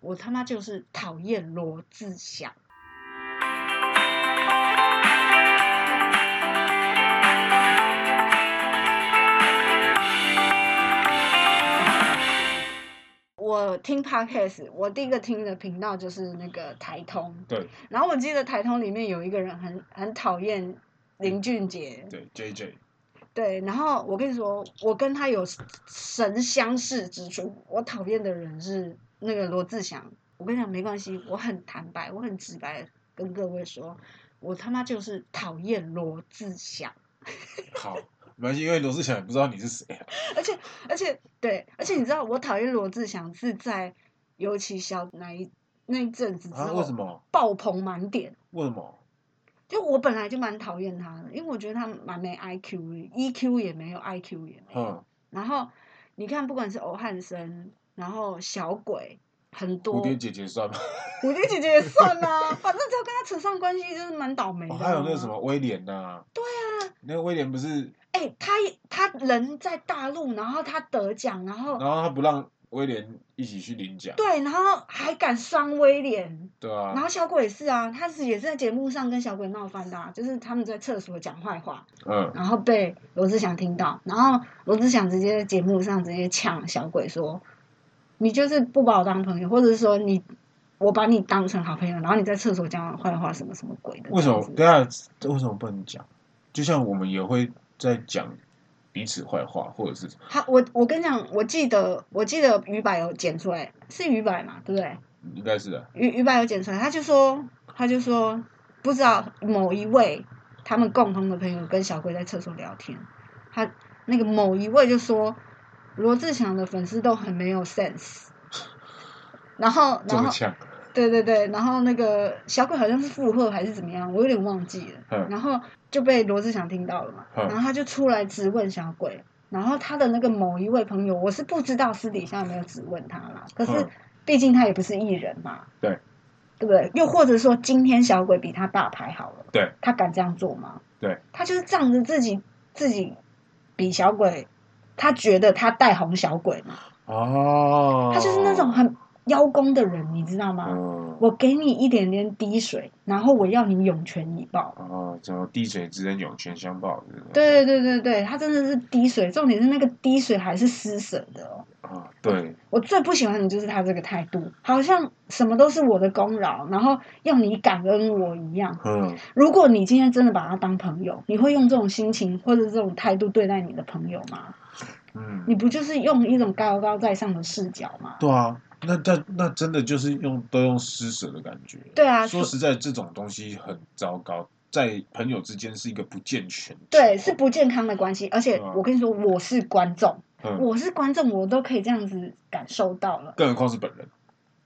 我他妈就是讨厌罗志祥。我听 podcast，我第一个听的频道就是那个台通，对然后我记得台通里面有一个人很很讨厌林俊杰，对，J J，对，然后我跟你说，我跟他有神相似之处。我讨厌的人是那个罗志祥。我跟你讲，没关系，我很坦白，我很直白地跟各位说，我他妈就是讨厌罗志祥。好，没关系，因为罗志祥也不知道你是谁啊。而且，对，而且你知道，我讨厌罗志祥是在尤其小那一那一阵子之啊，后、为什么？爆棚满点。为什么？就我本来就蛮讨厌他的，因为我觉得他蛮没 IQ 的，EQ 也没有，IQ 也没有。嗯，然后你看，不管是欧汉生，然后小鬼，很多蝴蝶姐姐算吗？蝴蝶姐姐也算啊，反正只要跟他扯上关系，就是蛮倒霉的、啊哦，还有那个什，么威廉呐？对啊，那个威廉不是，哎、他也他人在大陆，然后他得奖，然后然后他不让威廉一起去领奖，对，然后还敢伤威廉，对啊然，后小鬼也是啊，他是也是在节目上跟小鬼闹翻的、啊，就是他们在厕所讲坏话，嗯，然后被罗志祥听到，然后罗志祥直接在节目上直接呛小鬼说：“你就是不把我当朋友，或者是说你我把你当成好朋友，然后你在厕所讲我坏话，什么什么鬼的。”为什么？对啊，这为什么不能讲？就像我们也会在讲彼此坏话，或者是他我我跟你讲，我记得我记得于柏有剪出来，是于柏嘛，对不对？应该是啊的，于于柏有剪出来，他就说他就说不知道某一位他们共同的朋友跟小龟在厕所聊天，他那个某一位就说罗志祥的粉丝都很没有 sense，然后这然么后呛，对对对，然后那个小鬼好像是附和还是怎么样，我有点忘记了。嗯然后就被罗志祥听到了嘛，嗯然后他就出来质问小鬼。然后他的那个某一位朋友，我是不知道私底下有没有质问他啦。可是嗯毕竟他也不是艺人嘛，对对不对？又或者说，今天小鬼比他大牌好了，对，他敢这样做吗？对，他就是仗着自己自己比小鬼，他觉得他带红小鬼嘛，哦，他就是那种很邀功的人，你知道吗？嗯，我给你一点点滴水，然后我要你涌泉以报。哦，什么滴水之恩，涌泉相报，是不是，对对对对对，它真的是滴水，重点是那个滴水还是施舍的哦。啊，对，我最不喜欢的就是他这个态度，好像什么都是我的功劳，然后要你感恩我一样。嗯，如果你今天真的把他当朋友，你会用这种心情或者这种态度对待你的朋友吗？嗯，你不就是用一种高高在上的视角吗？对啊，那那那真的就是用都用施舍的感觉。对啊，说实在，这种东西很糟糕，在朋友之间是一个不健全。对是不健康的关系，而且对啊我跟你说，我是观众。嗯，我是观众，我都可以这样子感受到了。更何况是本人。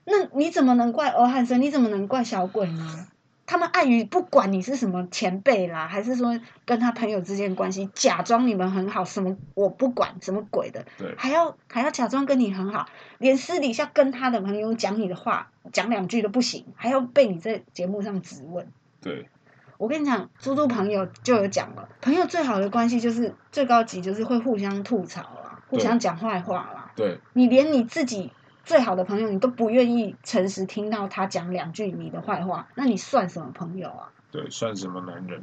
那你怎么能怪欧汉生？你怎么能怪小鬼呢？他们碍于不管你是什么前辈啦，还是说跟他朋友之间的关系，假装你们很好，什么我不管什么鬼的，对，还要还要假装跟你很好，连私底下跟他的朋友讲你的话，讲两句都不行，还要被你在节目上质问。对，我跟你讲，猪猪朋友就有讲了，朋友最好的关系就是最高级就是会互相吐槽啦，互对相讲坏话啦。对，你连你自己最好的朋友，你都不愿意诚实听到他讲两句你的坏话，那你算什么朋友啊？对，算什么男人？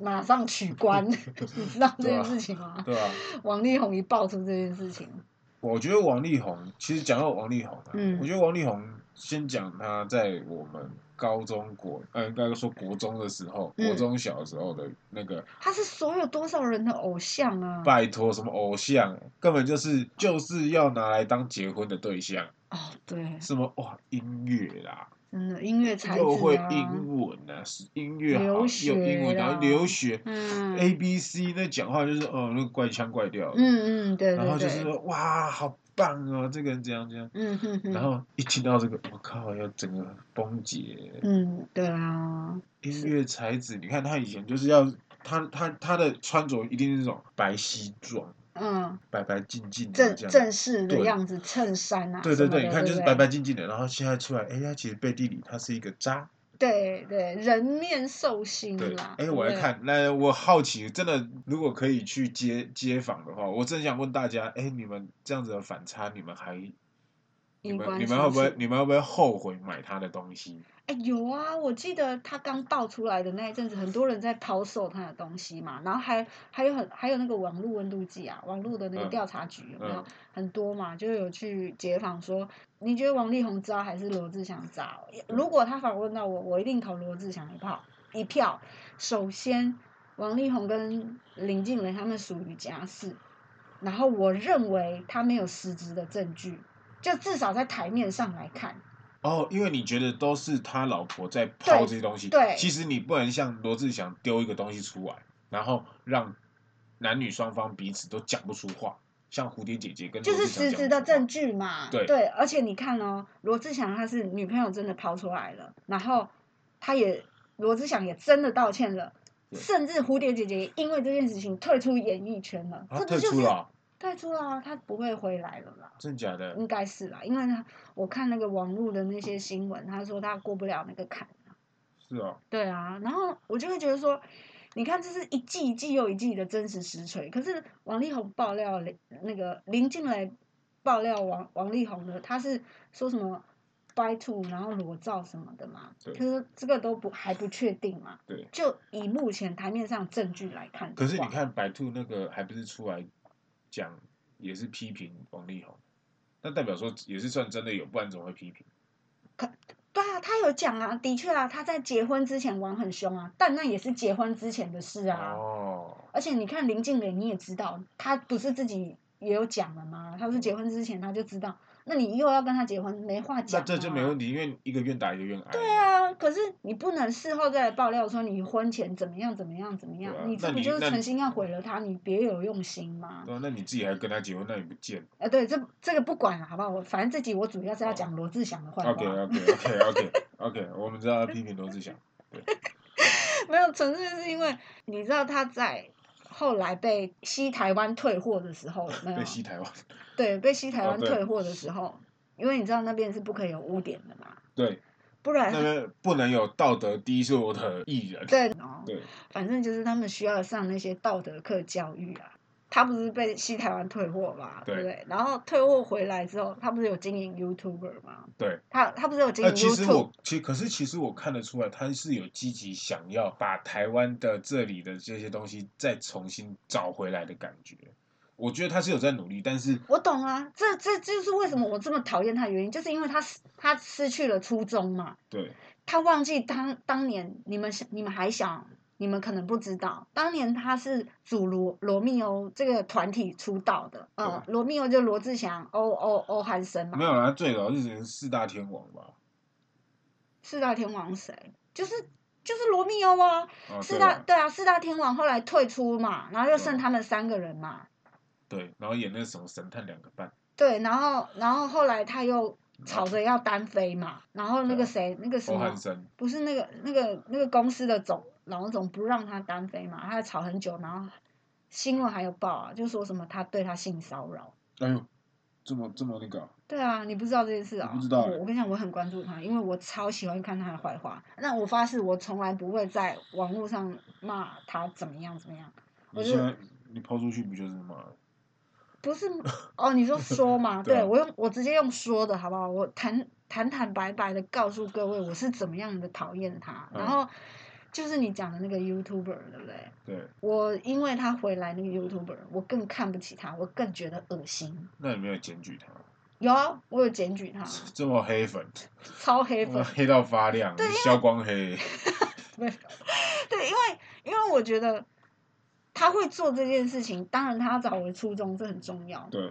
马上取 关，你知道这件事情吗？对啊吧、王力宏一爆出这件事情，我觉得王力宏，其实讲到王力宏、啊，嗯我觉得王力宏先讲他在我们高中国，呃，应该说国中的时候，嗯国中小时候的那个他是所有多少人的偶像啊！拜托什么偶像，根本就是就是要拿来当结婚的对象，哦，对，什么哇音乐啦，真的音乐才又会子啊，英文啊，是音乐留好学又英文，然啦后留学、嗯 A B C 那讲话就是哦那个怪腔怪调的，嗯嗯，对对对，然后就是说哇好棒哦，这个人怎样怎样，嗯哼哼，然后一听到这个，我靠，要整个崩解。嗯，对啊，音乐才子，你看他以前就是要他他他的穿着一定是那种白西装，嗯，白白净净的正这样正式的对样子，衬衫啊什对么的，对对，你看就是不白白净净的，然后现在出来，哎，他其实背地里他是一个渣。对对，人面兽心对啦。，哎，对我不来对，看，那我好奇，真的如果可以去接街访的话，我真想问大家，哎，你们这样子的反差，你们还你衣们冠你们会不楚会楚你们会不会后悔买他的东西？哎、有啊，我记得他刚爆出来的那一阵子，很多人在抛售他的东西嘛，然后还还有很还有那个网络温度计啊，网络的那个嗯调查局有没有、嗯很多嘛，就有去街访说，你觉得王力宏渣还是罗志祥渣？嗯如果他访问到我，我一定投罗志祥一票一票。首先，王力宏跟林静蕾他们属于家事，然后我认为他没有实质的证据，就至少在台面上来看。哦，因为你觉得都是他老婆在抛这些东西，对其实你不能像罗志祥丢一个东西出来，然后让男女双方彼此都讲不出话，像蝴蝶姐姐跟就罗是志祥实质讲不的出证话，据嘛。对而且你看哦，罗志祥他是女朋友真的抛出来了，然后他也罗志祥也真的道歉了，对甚至蝴蝶姐姐也因为这件事情退出演艺圈了。啊，这退不就出是了哦，退出了啊，他不会回来了啦，真假的？应该是啦，因为他我看那个网络的那些新闻，他说他过不了那个坎。是哦，对啊，然后我就会觉得说，你看这是一季一季又一季的真实实锤，可是王力宏爆料林那个林静蕾爆料王王力宏的，他是说什么 by two 然后裸照什么的嘛，对可是这个都不还不确定嘛，对。就以目前台面上证据来看的可是你话看白兔那个还不是出来讲，也是批评王力宏，那代表说也是算真的有，不然怎么会批评？对啊，他有讲啊，的确啊，他在结婚之前玩很凶啊，但那也是结婚之前的事啊。哦，而且你看林静蕾，你也知道，她不是自己也有讲了吗？她不是结婚之前她就知道，那你又要跟她结婚，没话讲、那啊。这就没问题，因为一个愿打一个愿挨。对啊，可是你不能事后再来爆料说你婚前怎么样怎么样怎么样，对啊你这那不你就是那存心要毁了她？你别有用心吗？对啊，那你自己还跟他结婚，那你不贱。呃，对，这这个不管了，好不好？我反正这集我主要是要讲罗志祥的坏话 OK 啊 OK OK OK OK，我们知道他批评罗志祥。 没有，纯粹是因为你知道他在后来被西台湾退货的时候，有没有被西台湾，对，被西台哦湾对退货的时候，因为你知道那边是不可以有污点的嘛，对，不然那个不能有道德低俗的艺人，对哦，对，反正就是他们需要上那些道德课教育啊。他不是被西台湾退货嘛，对对不对？然后退货回来之后，他不是有经营 YouTuber 吗？对，他他不是有经那营呃其实 YouTube？我其可是其实我看得出来，他是有积极想要把台湾的这里的这些东西再重新找回来的感觉。我觉得他是有在努力，但是我懂啊，这这这就是为什么我这么讨厌他的原因，就是因为他失他失去了初衷嘛。对他忘记当当年你们小你们还小，你们可能不知道，当年他是主罗罗密欧这个团体出道的，呃，罗密欧就罗志祥、欧欧欧汉生没嘛，有啦，他最早是指四大天王吧？四大天王谁？就是就是罗密欧啊，啊，四对大啦对啊，四大天王后来退出嘛，然后就对剩他们三个人嘛，对，然后演那个什么神探两个半，对，然后然后后来他又吵着要单飞嘛，然后那对个啊谁那个什欧么汉。生，不是那个那个那个公司的总老总不让他单飞嘛，他还吵很久，然后新闻还有报啊，就说什么他对他性骚扰。哎呦，这么这么那个啊、对啊，你不知道这件事啊、我不知道欸我我跟你讲，我很关注他，因为我超喜欢看他的坏话。那我发誓，我从来不会在网络上骂他怎么样怎么样。我你就现在你抛出去不就是骂？不 是哦，你说说嘛？对对啊我用我直接用说的好不好？我坦坦坦白白的告诉各位，我是怎么样的讨厌他。嗯然后就是你讲的那个 YouTuber，对不对？对，我因为他回来那个 YouTuber，我更看不起他，我更觉得恶心。那你没有检举他， 有啊，我有检举他，这么黑粉，超黑粉哇。黑到发亮，消光黑， 对，因为因为我觉得他会做这件事情，当然他要找回初衷，这很重要。对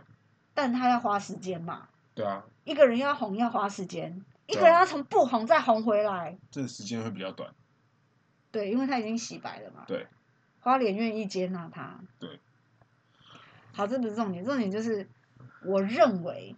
但他要花时间嘛，对啊，一个人要红要花时间，一对啊个人要从不红再红回来。这个时间会比较短，对，因为他已经洗白了嘛。对。花莲愿意接纳他。对。好，这不是重点，重点就是我认为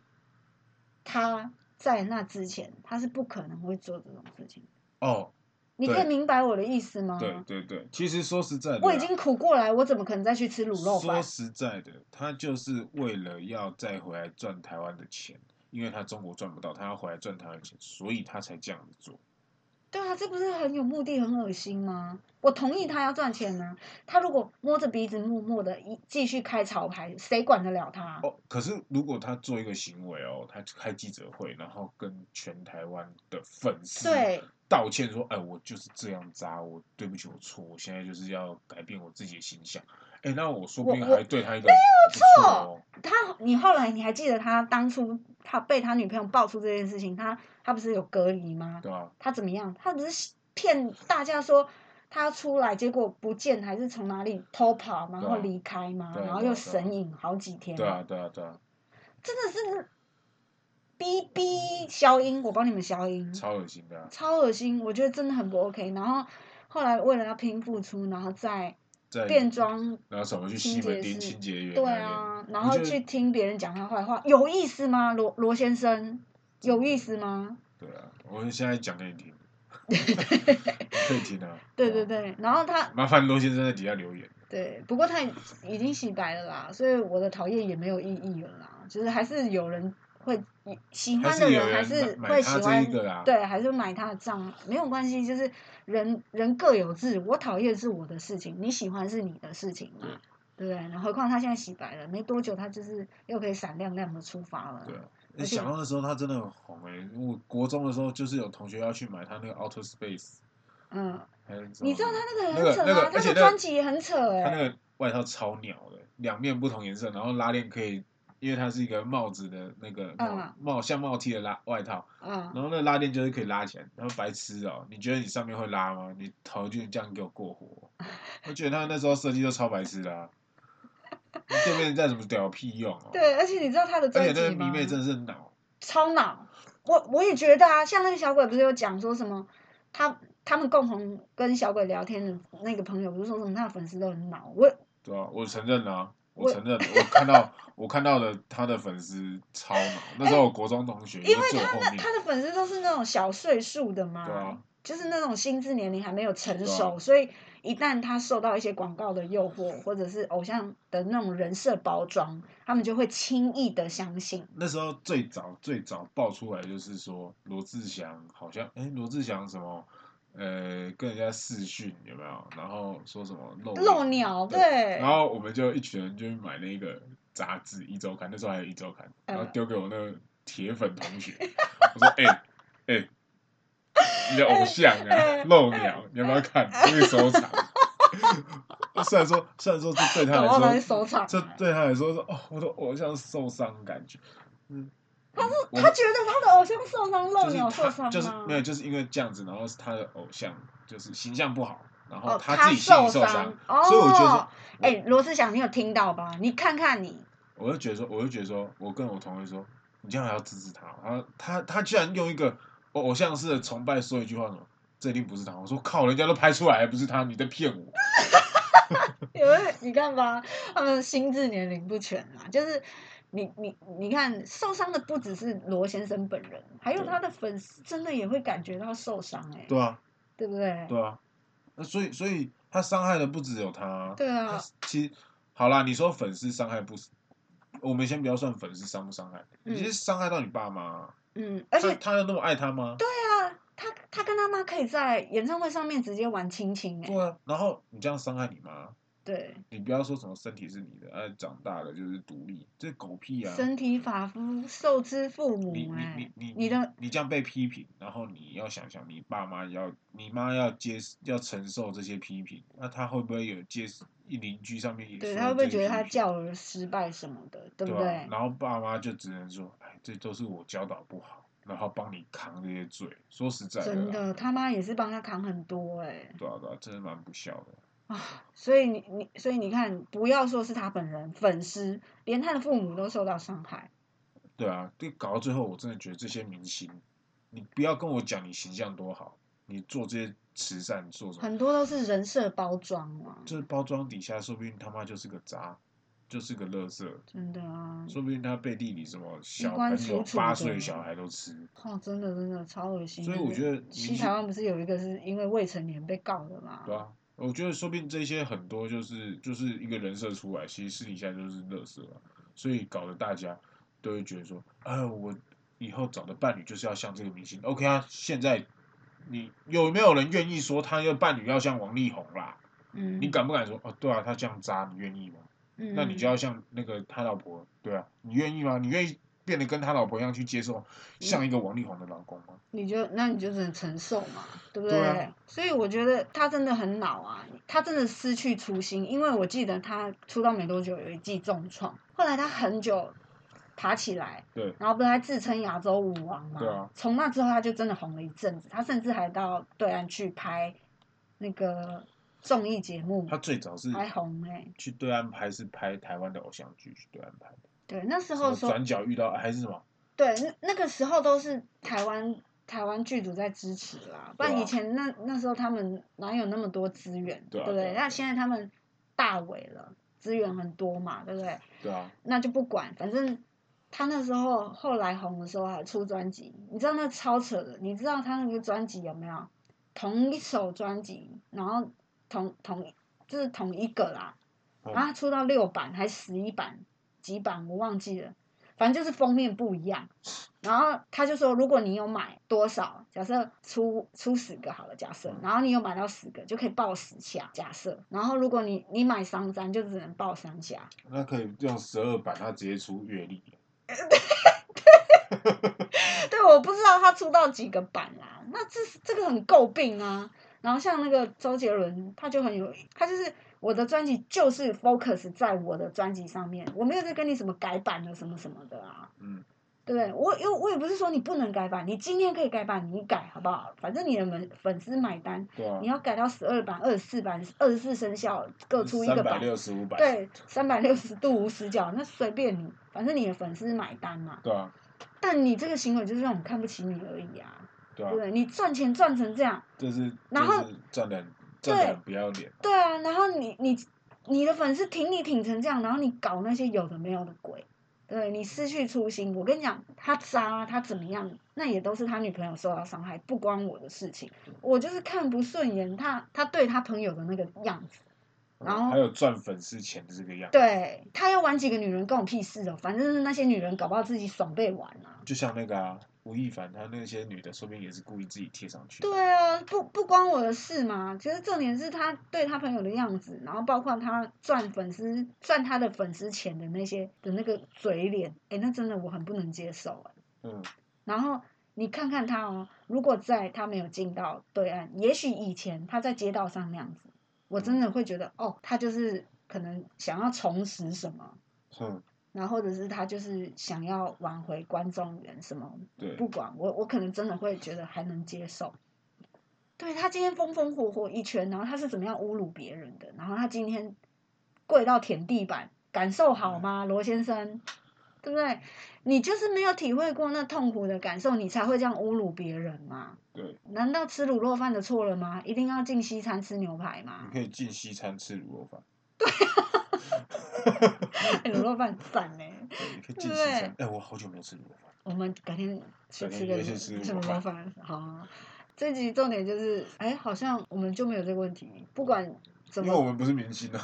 他在那之前，他是不可能会做这种事情。哦，你对可以明白我的意思吗？对对对，其实说实在的啊，嗯我已经苦过来，我怎么可能再去吃卤肉说饭？实在的，他就是为了要再回来赚台湾的钱，因为他中国赚不到，他要回来赚台湾的钱，所以他才这样子做。对啊，这不是很有目的、很恶心吗？我同意他要赚钱呢、他如果摸着鼻子默默的一继续开潮牌，谁管得了他？哦，可是如果他做一个行为哦，他开记者会，然后跟全台湾的粉丝对，道歉说：“哎，我就是这样渣，我对不起，我错，我现在就是要改变我自己的形象。”哎，那我说不我定我还对他一个没有错哦。他，你后来你还记得他当初他被他女朋友爆出这件事情，他他不是有隔离吗？对啊，他怎么样？他不是骗大家说他出来，结果不见还是从哪里偷跑，然对啊后离开吗？对啊然后对啊又对啊神隐好几天。对啊，对啊，对啊，真的是逼逼消音，我帮你们消音，超恶心的啊，超恶心，我觉得真的很不 OK。然后后来为了要拼付出，然后再在变装，然后什么去清西门洁町室清洁员对那啊，边然我后觉得去听别人讲他坏话，有意思吗？罗罗先生有意思吗？对啊，我现在讲给 你听，你可以听啊。对对对啊，对，然后他麻烦罗先生在底下留言。对，不过他已经洗白了啦，所以我的讨厌也没有意义了啦，就是还是有人会喜还欢是的有人还人是买会买喜他这欢一个啦对，还是买他的账，没有关系，就是人人各有志，我讨厌是我的事情，你喜欢是你的事情嘛，对不对？然后何况他现在洗白了，没多久他就是又可以闪亮亮的出发了，对啊，而欸且想到那时候他真的很红哎、我国中的时候就是有同学要去买他那个 Outer Space，嗯，还是什么你知道他那个也很哦那个扯吗？那个而他的且那个专辑也很扯哎、他那个外套超鸟的，两面不同颜色，然后拉链可以，因为它是一个帽子的那个帽嗯帽像帽 T 的拉外套，啊、然后那个拉链就是可以拉起来。然后白痴哦、你觉得你上面会拉吗？你头就这样给我过火，我觉得他那时候设计都超白痴的、啊，你对面在什么屌有屁用哦、对，而且你知道他的而专且辑那个吗？迷妹真的是脑，超脑。我我也觉得啊，像那个小鬼不是有讲说什么，他他们共同跟小鬼聊天的那个朋友，不是说什么他的粉丝都很脑。我对啊，我承认啊，我我承认，我看到我看到了他的粉丝超脑，那时候我国中同学哎因为就坐我后他面，他的粉丝都是那种小岁数的嘛，对啊就是那种心智年龄还没有成熟，对啊所以一旦他受到一些广告的诱惑，或者是偶像的那种人设包装，他们就会轻易的相信。那时候最早最早爆出来就是说罗志祥好像哎罗、志祥什么呃跟人家视讯有没有？然后说什么漏漏鸟哦对对然，后我们就一群人就去买那个杂志《一周刊》，那时候还有《一周刊》，嗯然后丢给我那个铁粉同学，我说哎哎、你的偶像啊嗯漏鸟，你要不要看？可以收藏。虽然说虽然说这对他搞不好他来会说收啊场。这对他来说是哦，我的偶像受伤的感觉。嗯，他是他觉得他的偶像受伤，漏就是鸟受伤他吗？就是没有，就是因为这样子，然后他的偶像就是形象不好，然后哦，自己心里受伤，哦、所以我觉得，哎、罗志祥，你有听到吧？你看看你，我就觉得说，我就觉得说，我跟我同学说，你这样还要支持他，然后他他居然用一个偶偶像式的崇拜说一句话什么，这一定不是他，我说靠，人家都拍出来，还不是他，你在骗我，因为你看吧，他们心智年龄不全啊，就是你你你看，受伤的不只是罗先生本人，还有对他的粉丝，真的也会感觉到受伤、哎，对啊，对不对？对啊，那所以所以他伤害的不只有他，对啊他其实好啦，你说粉丝伤害不，我们先不要算粉丝伤不伤害，嗯你是伤害到你爸妈，啊嗯，而且他他又那么爱他吗？对他他他跟他妈可以在演唱会上面直接玩亲亲、哎，啊，然后你这样伤害你妈，对，你不要说什么身体是你的，啊，长大了就是独立，这狗屁啊！身体发肤受之父母、你你哎，你你你的你这样被批评，然后你要想想，你爸妈要你妈要接要承受这些批评，那他会不会有接邻居上面也对说他会不会这些觉得批他评教儿失败什么的，对不吧对？然后爸妈就只能说，哎，这都是我教导不好，然后帮你扛这些罪。说实在真的啦，的，他妈也是帮他扛很多哎、对啊对啊，真的蛮不孝的。啊！所以你你所以你看，不要说是他本人粉丝，连他的父母都受到伤害。对啊，这搞到最后，我真的觉得这些明星，你不要跟我讲你形象多好，你做这些慈善做什么，很多都是人设包装嘛，这包装底下说不定他妈就是个渣，就是个垃圾，真的啊！说不定他背地里什么小官朋友楚楚八的岁小孩都吃。哦，真的真的超恶心。所以我觉得西明台星湾不是有一个是因为未成年被告的嘛？对啊，我觉得说不定这些很多就是就是一个人设出来，其实私底下就是乐色啊，所以搞得大家都会觉得说，哎，我以后找的伴侣就是要像这个明星。OK 啊啊，现在你有没有人愿意说他要伴侣要像王力宏啦？嗯，你敢不敢说哦？对啊，他这样渣，你愿意吗？嗯，那你就要像那个他老婆，对啊，你愿意吗？你愿意变得跟他老婆一样去接嗯受像一个王力宏的老公吗？你就那你就只能承受嘛，对不对对？啊所以我觉得他真的很恼啊，他真的失去初心，因为我记得他出道没多久有一季重创，后来他很久爬起来，对然后不是还自称亚洲舞王嘛，对啊从那之后他就真的红了一阵子，他甚至还到对岸去拍那个综艺节目，他最早是还红哎、欸，去对岸拍，是拍台湾的偶像剧去对岸拍的，对，那时然候后说转角遇到还是什么？对，那那个时候都是台湾台湾剧组在支持啦，不然对啊以前那那时候他们哪有那么多资源，对啊不对对？啊那现在他们大伟了，资源很多嘛，对不对？对啊，那就不管，反正他那时候后来红的时候还出专辑，你知道那超扯的，你知道他那个专辑有没有？同一首专辑，然后同同就是同一个啦，嗯然后他出到六版还十一版几版我忘记了，反正就是封面不一样。然后他就说，如果你有买多少，假设出出十个好了，假设嗯，然后你有买到十个，就可以报十下，假设。然后如果你你买三张，就只能报三下。那可以用十二版，他直接出阅历，对，我不知道他出道几个版啦，那这是这个很诟病啊。然后像那个周杰伦，他就很有，他就是我的专辑就是 focus 在我的专辑上面，我没有在跟你什么改版的什么什么的啊，嗯，对不对？我又我也不是说你不能改版，你今天可以改版，你改好不好？反正你的粉粉丝买单，对啊你，要改到十二版、二十四版、二十四生肖各出一个三百版，六十五版，对，三百六十度无死角，那随便你，反正你的粉丝买单嘛。对啊，但你这个行为就是让我们看不起你而已啊，对对啊不，对？你赚钱赚成这样，这是然后这是赚的赚的很不要脸，对啊，然后你你你的粉丝挺你挺成这样，然后你搞那些有的没有的鬼，对不对你失去初心。我跟你讲，他渣他怎么样，那也都是他女朋友受到伤害，不关我的事情。我就是看不顺眼他他对他朋友的那个样子，然后嗯还有赚粉丝钱的这个样子，对他要玩几个女人关我屁事哦，反正是那些女人搞不好自己爽被玩啊。就像那个啊，吴亦凡他那些女的，说不定也是故意自己贴上去，对啊，不不关我的事嘛。其实重点是他对他朋友的样子，然后包括他赚粉丝赚他的粉丝钱的那些的那个嘴脸，哎，那真的我很不能接受哎。嗯，然后你看看他哦，如果在他没有进到对岸，也许以前他在街道上那样子，我真的会觉得哦，他就是可能想要重拾什么，嗯，然后或者是他就是想要挽回观众缘什么，对，不管我，我可能真的会觉得还能接受。对他今天风风火火一圈，然后他是怎么样侮辱别人的？然后他今天跪到舔地板，感受好吗，罗先生？对不对？你就是没有体会过那痛苦的感受，你才会这样侮辱别人嘛？对，难道吃卤肉饭的错了吗？一定要进西餐吃牛排你 吗？ 可以进西餐吃卤肉饭，哎卤肉饭很赞呢、对，你可以进西餐，哎，我好久没有吃卤肉饭，我们改天去改吃天个约去吃什午么饭饭？好啊，这集重点就是，哎，好像我们就没有这个问题。不管怎因为我么，们不是明星啊，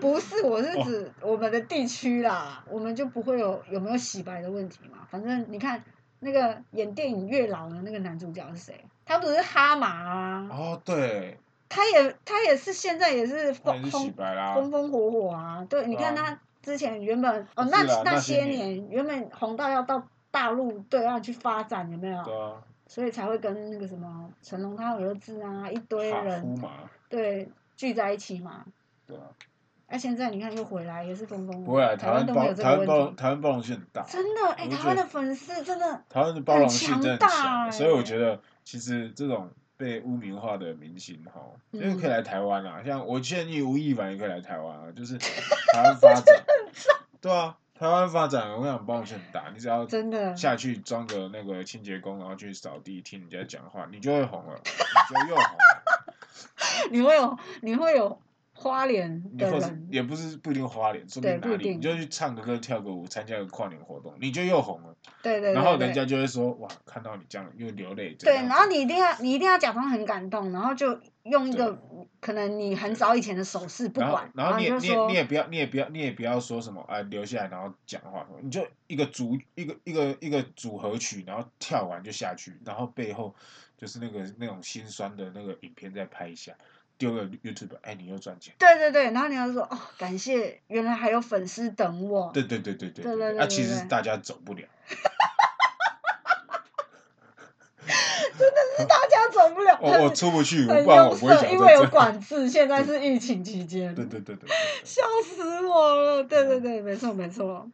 不是，我是指哦我们的地区啦，我们就不会有有没有洗白的问题嘛。反正你看那个演电影月老的那个男主角是谁？他不是哈马啊，哦，对，他也他也是现在也是那也风是洗风白啦，风风火火啊。对，你看对啊他之前原本哦，不那是啦那那些些年原本红到要到大陆对岸去发展，有没有？对啊，所以才会跟那个什么成龙他儿子啊一堆哈夫人嘛，对聚在一起嘛。对啊，那、现在你看又回来，也是风风火不会火，啊，台湾嗯都没包有这台个问湾包题。台湾包容性很大，真的，哎、我就台湾觉得的粉丝真的，台湾的包容性真的很很强大强，所以我欸觉得其实这种被污名化的明星哈，因为可以嗯来台湾啦、像我建议吴亦凡也可以来台湾啊，就是台湾 发展，对啊，台湾发展，我想包容性很大，你只要真的，下去装个那个清洁工，然后去扫地听人家讲话，你就会红了，你就又红了，你会有你会有花莲你的或是人，也不是不一定花脸，说对明不哪一里定你就去唱个歌、跳个舞，参加个跨年活动，你就又红了。对对对，然后对人家就会说哇，看到你这样又流泪。这对，样然子后你一定要你一定要假装很感动，然后就用一个可能你很早以前的手势不然后管，然后你也就你也说你也不要你也不要你也不要说什么啊，留下来然后讲话什么，你就一个组一个一个一个组合曲，然后跳完就下去，然后背后就是那个那种心酸的那个影片再拍一下，丢了 YouTube，哎，你又赚钱。对对对，然后你要说哦，感谢原来还有粉丝等我，对对对对对对对那、啊、对其实对是大家走 不了，但是 大家走不了，我、我出不去，很不然我忧不会色，想因为在有这。管制，现在是疫情期间，对对对对 对对笑死我了，对对对，没错没错，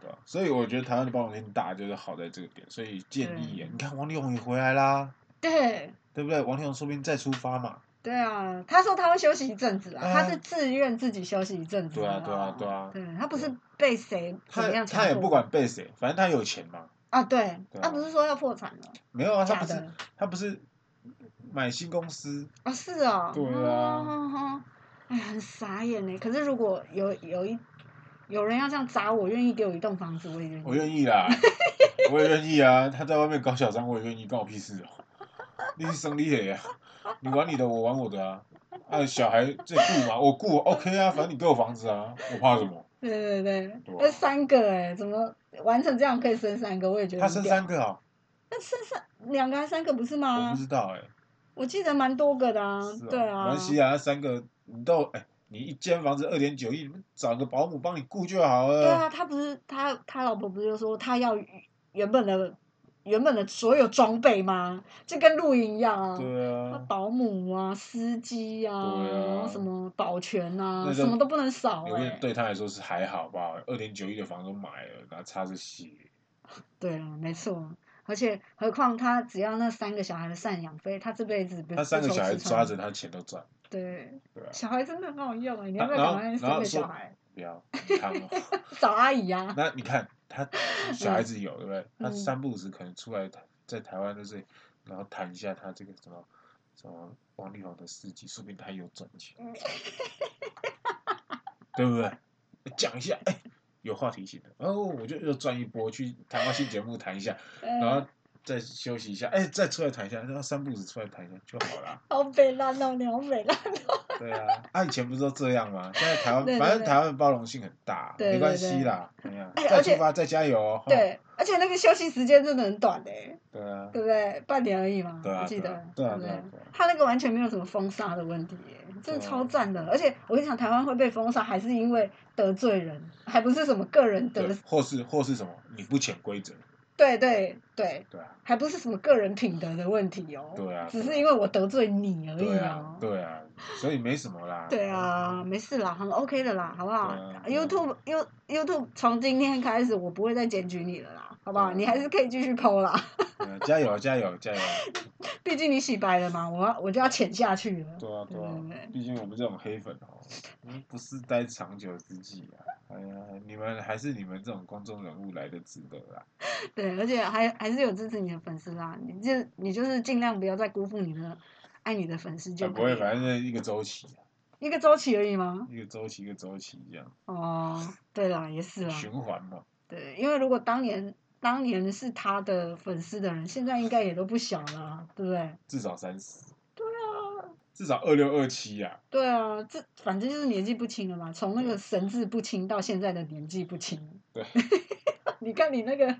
对啊所以我觉得台湾的包容性大就是好在这个点，所以建议对啊，你看王力宏也回来啦，对。对不对？王力宏说不定再出发嘛。对啊，他说他会休息一阵子啊，啊他是自愿自己休息一阵子对啊的对啊对啊对他不是被谁怎么他样强他也迫不管被谁，反正他有钱嘛。啊，对，对啊他不是说要破产了，没有啊，他假不的是他不是买新公司，啊，是啊，对啊哦， 哎，很傻眼呢。可是如果有有一有人要这样砸我，愿意给我一栋房子，我也愿意。我愿意啦，我也愿意啊。他在外面搞小三，我也愿意，关我屁事哦、你是生理的啊，你玩你的，我玩我的啊。啊，小孩这顾嘛，我顾 OK 啊，反正你给我房子啊，我怕什么？对对对对啊，那三个哎，怎么完成这样可以生三个？我也觉得他很生屌三，个啊、那生三两个还是三个不是我吗不？知道哎、欸，我记得蛮多个的啊是，对没啊，关系啊，三个你都哎、你一间房子二点九亿，你们找个保姆帮你顾就好对了。啊，他不是他他老婆不是就说他要原本的原本的所有装备吗？就跟露营一样啊。对那啊，保姆啊、司机啊，对啊然后什么保全啊那，就什么都不能少我哎、跟你对他来说是还好吧，二点九亿的房都买了，然后擦着血。对啊，没错。而且何况他只要那三个小孩的赡养费，他这辈子不他三个不愁小孩吃抓穿着他钱都赚，对对啊小孩真的很好用哎、你啊要不要然后赶快然生后个说小孩？不要很烫哦。找阿姨啊，那你看 他小孩子有对不对？他嗯三不五时可能出来在台湾就是，然后谈一下他这个什么什么王力宏的事迹，说不定他有赚钱，嗯对不对？讲一下，哎、有话题性的，哦，我就又赚一波，去台湾新节目谈一下，然呃后再休息一下，哎、再出来谈一下，然后三不五时出来谈一下就好了。好北烂哦，你好北烂。对啊，啊，以前不是都这样吗？现在台湾，对对反正对台湾包容性很大，对没关对系对啦。哎呀，哎再而且出发，再加油哦。哦对，而且那个休息时间真的很短哎、对啊，对不对？半年而已嘛，对啊我记得，对啊不对啊对啊他那个完全没有什么封杀的问题耶，真的对啊超赞的。而且我跟你讲，台湾会被封杀，还是因为得罪人，还不是什么个人得对，，或是或是什么，你不潜规则，对对对，对啊，还不是什么个人品德的问题哦。对啊只是因为我得罪你而已对啊哦，。对啊，所以没什么啦。 对啊，没事啦，很 OK 的啦，好不好对啊对啊？YouTube You YouTube 从今天开始，我不会再检举你了啦，好不好？对啊你还是可以继续 PO 啦， 对啊，加油加油加油！毕竟你洗白了嘛，我要我就要潜下去了。对啊对对对啊对，毕竟我们这种黑粉哦，嗯不是待长久之计啊。哎呀，你们还是你们这种公众人物来的值得啦。对，而且还还是有支持你的粉丝啦，你就你就是尽量不要再辜负你的爱你的粉丝就啊不可以了。会，反正就是一个周期啊，一个周期而已吗？一个周期一个周期这样哦，对啊啦，也是啦，循环嘛。对，因为如果当年当年是他的粉丝的人，现在应该也都不小啦，对不对？至少三十。对啊，至少二六二七呀。对啊，这反正就是年纪不轻了嘛，从那个神志不清到现在的年纪不轻。啊对， 你看你那个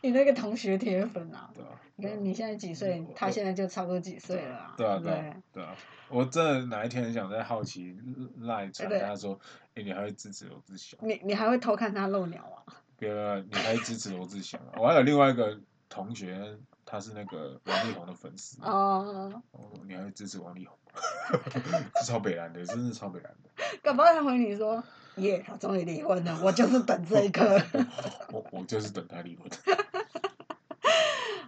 你那个同学铁粉啊，对啊，你看你现在几岁我，他现在就差不多几岁了啊，对啊，不对啊，对啊！我真的哪一天很想在好奇赖传对跟他说：“哎，你还会支持罗志祥？你你还会偷看他露鸟啊？别了，你还会支持罗志祥啊？”我还有另外一个同学，他是那个王力宏的粉丝，哦，我说你还会支持王力宏？ 是超北蓝的，真是超北蓝的。干嘛他回你说，耶，他终于离婚了，我就是等这一刻。我我就是等他离婚。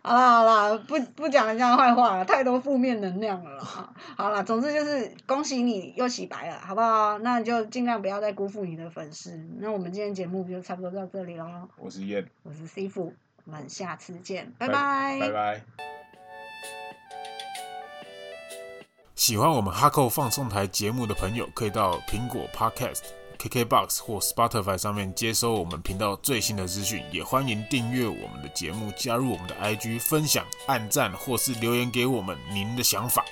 好啦好啦，不不讲人家坏话了，太多负面能量了啦。好啦，总之就是恭喜你又洗白了，好不好？那你就尽量不要再辜负你的粉丝。那我们今天节目就差不多到这里喽，我是燕，我是 C 傅，我们下次见，拜拜拜。喜欢我们哈扣放送台节目的朋友，可以到苹果 Podcast、KKBox 或 Spotify 上面接收我们频道最新的资讯。也欢迎订阅我们的节目，加入我们的 IG，分享、按赞或是留言给我们您的想法。